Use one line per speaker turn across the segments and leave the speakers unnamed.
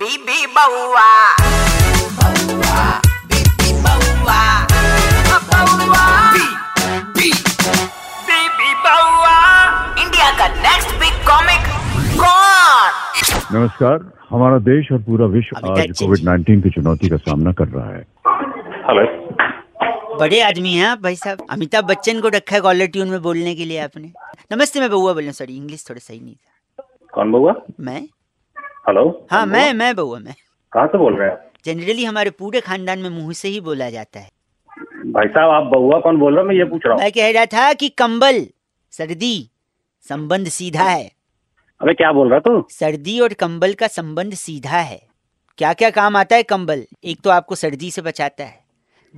बीबी बउआ बउआ बीबी बउआ बउआ बीबी बीबी बउआ इंडिया का नेक्स्ट बिग कॉमिक कौन
नमस्कार हमारा देश और पूरा विश्व
अभी
आज
टच चेंज।
कोविड 19 की चुनौती का सामना कर रहा है
हेलो
बड़े आदमी हैं आप भाई साहब अमिताभ बच्चन को रखा है कॉलर ट्यून में बोलने के लिए आपने नमस्ते मैं बउआ बोल रहा हूँ सॉरी इंग्लिश थोड़ा सही नहीं था
कौन बउआ
मैं
हेलो
हाँ
कौन
मैं
बउआ?
मैं बउआ मैं
कहाँ से बोल रहे हैं आप
जनरली हमारे पूरे खानदान में मुंह से ही बोला जाता है
भाई साहब आप बउआ कौन बोल रहे हो मैं ये पूछ रहा हूँ
मैं कह रहा था कि कंबल सर्दी संबंध सीधा है
अबे क्या बोल रहा तू
सर्दी और कंबल का संबंध सीधा है क्या क्या काम आता है कंबल एक तो आपको सर्दी से बचाता है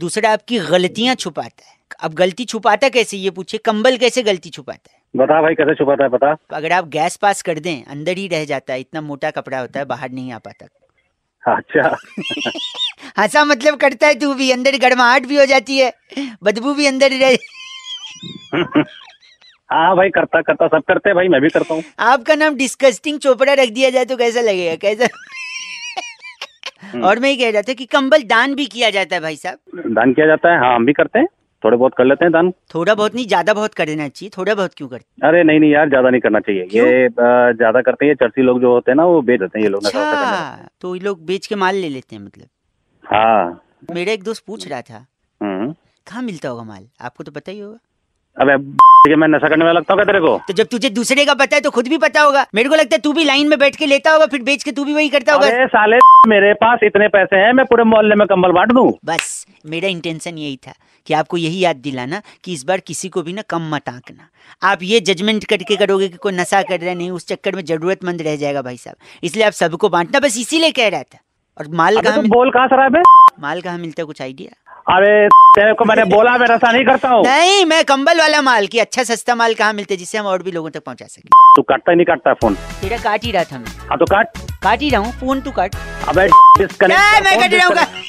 दूसरा आपकी गलतियां छुपाता है अब गलती छुपाता कैसे ये पूछे कंबल कैसे गलती छुपाता है
बता भाई कैसे छुपाता है पता
अगर आप गैस पास कर दें अंदर ही रह जाता है इतना मोटा कपड़ा होता है बाहर नहीं आ पाता
अच्छा
हंसा मतलब करता है तू भी अंदर गर्माहट भी हो जाती है बदबू भी अंदर ही रह
हाँ भाई करता करता सब करते हैं भाई मैं भी करता हूँ
आपका नाम डिस्कस्टिंग चोपड़ा रख दिया जाए तो कैसा लगेगा कैसा और मैं ये कह रहा था कि कंबल दान भी किया जाता है भाई साहब
दान किया जाता है हाँ हम भी करते हैं थोड़े बहुत कर लेते हैं दान
थोड़ा बहुत नहीं ज्यादा बहुत कर देना चाहिए थोड़ा बहुत क्यों करते
अरे नहीं नहीं यार ज्यादा नहीं करना चाहिए
क्यों?
ये अ, ज्यादा करते हैं ये चर्ची लोग जो होते हैं ना वो बेच देते हैं ये लोग नशा वशा करने
अच्छा तो ये लोग बेच के माल ले लेते हैं मतलब
वाले। हाँ
मेरा एक दोस्त पूछ रहा था
हम्म।
कहाँ मिलता होगा माल आपको तो पता ही होगा
अबे के मैं नशा करने वाला लगता हूँ क्या तेरे को
तो जब तुझे दूसरे का पता है तो खुद भी पता होगा मेरे को लगता है तू भी लाइन में बैठ के लेता होगा फिर बेच के तू भी वही करता होगा
अरे साले मेरे पास इतने पैसे हैं मैं पूरे मोहल्ले में कंबल बांट दूँ
बस मेरा इंटेंशन यही था कि आपको यही याद दिलाना कि इस बार किसी को भी ना कम मत आंकना आप ये जजमेंट करके करोगे कि कोई नशा कर रहा है नहीं उस चक्कर में जरूरतमंद रह जाएगा भाई साहब इसलिए आप सबको बांटना बस इसीलिए कह रहा था और माल
अबे
कहाँ
तू
मिल-
बोल कहाँ से रहा है बे?
माल कहाँ मिलता है कुछ आइडिया
अरे तेरे को मैंने बोला मैं नशा नहीं करता हूँ
नहीं मैं कंबल वाला माल की अच्छा सस्ता माल कहाँ मिलता है जिससे हम और भी लोगों तक पहुँचा सके
तू काटता ही नहीं काटता है फोन
तेरा काट ही रहा था मैं
हाँ तो काट
काट ही रहा हूँ फोन तू काट
अबे
ए, मैं
डिस्कनेक्ट
कट रहा हूँ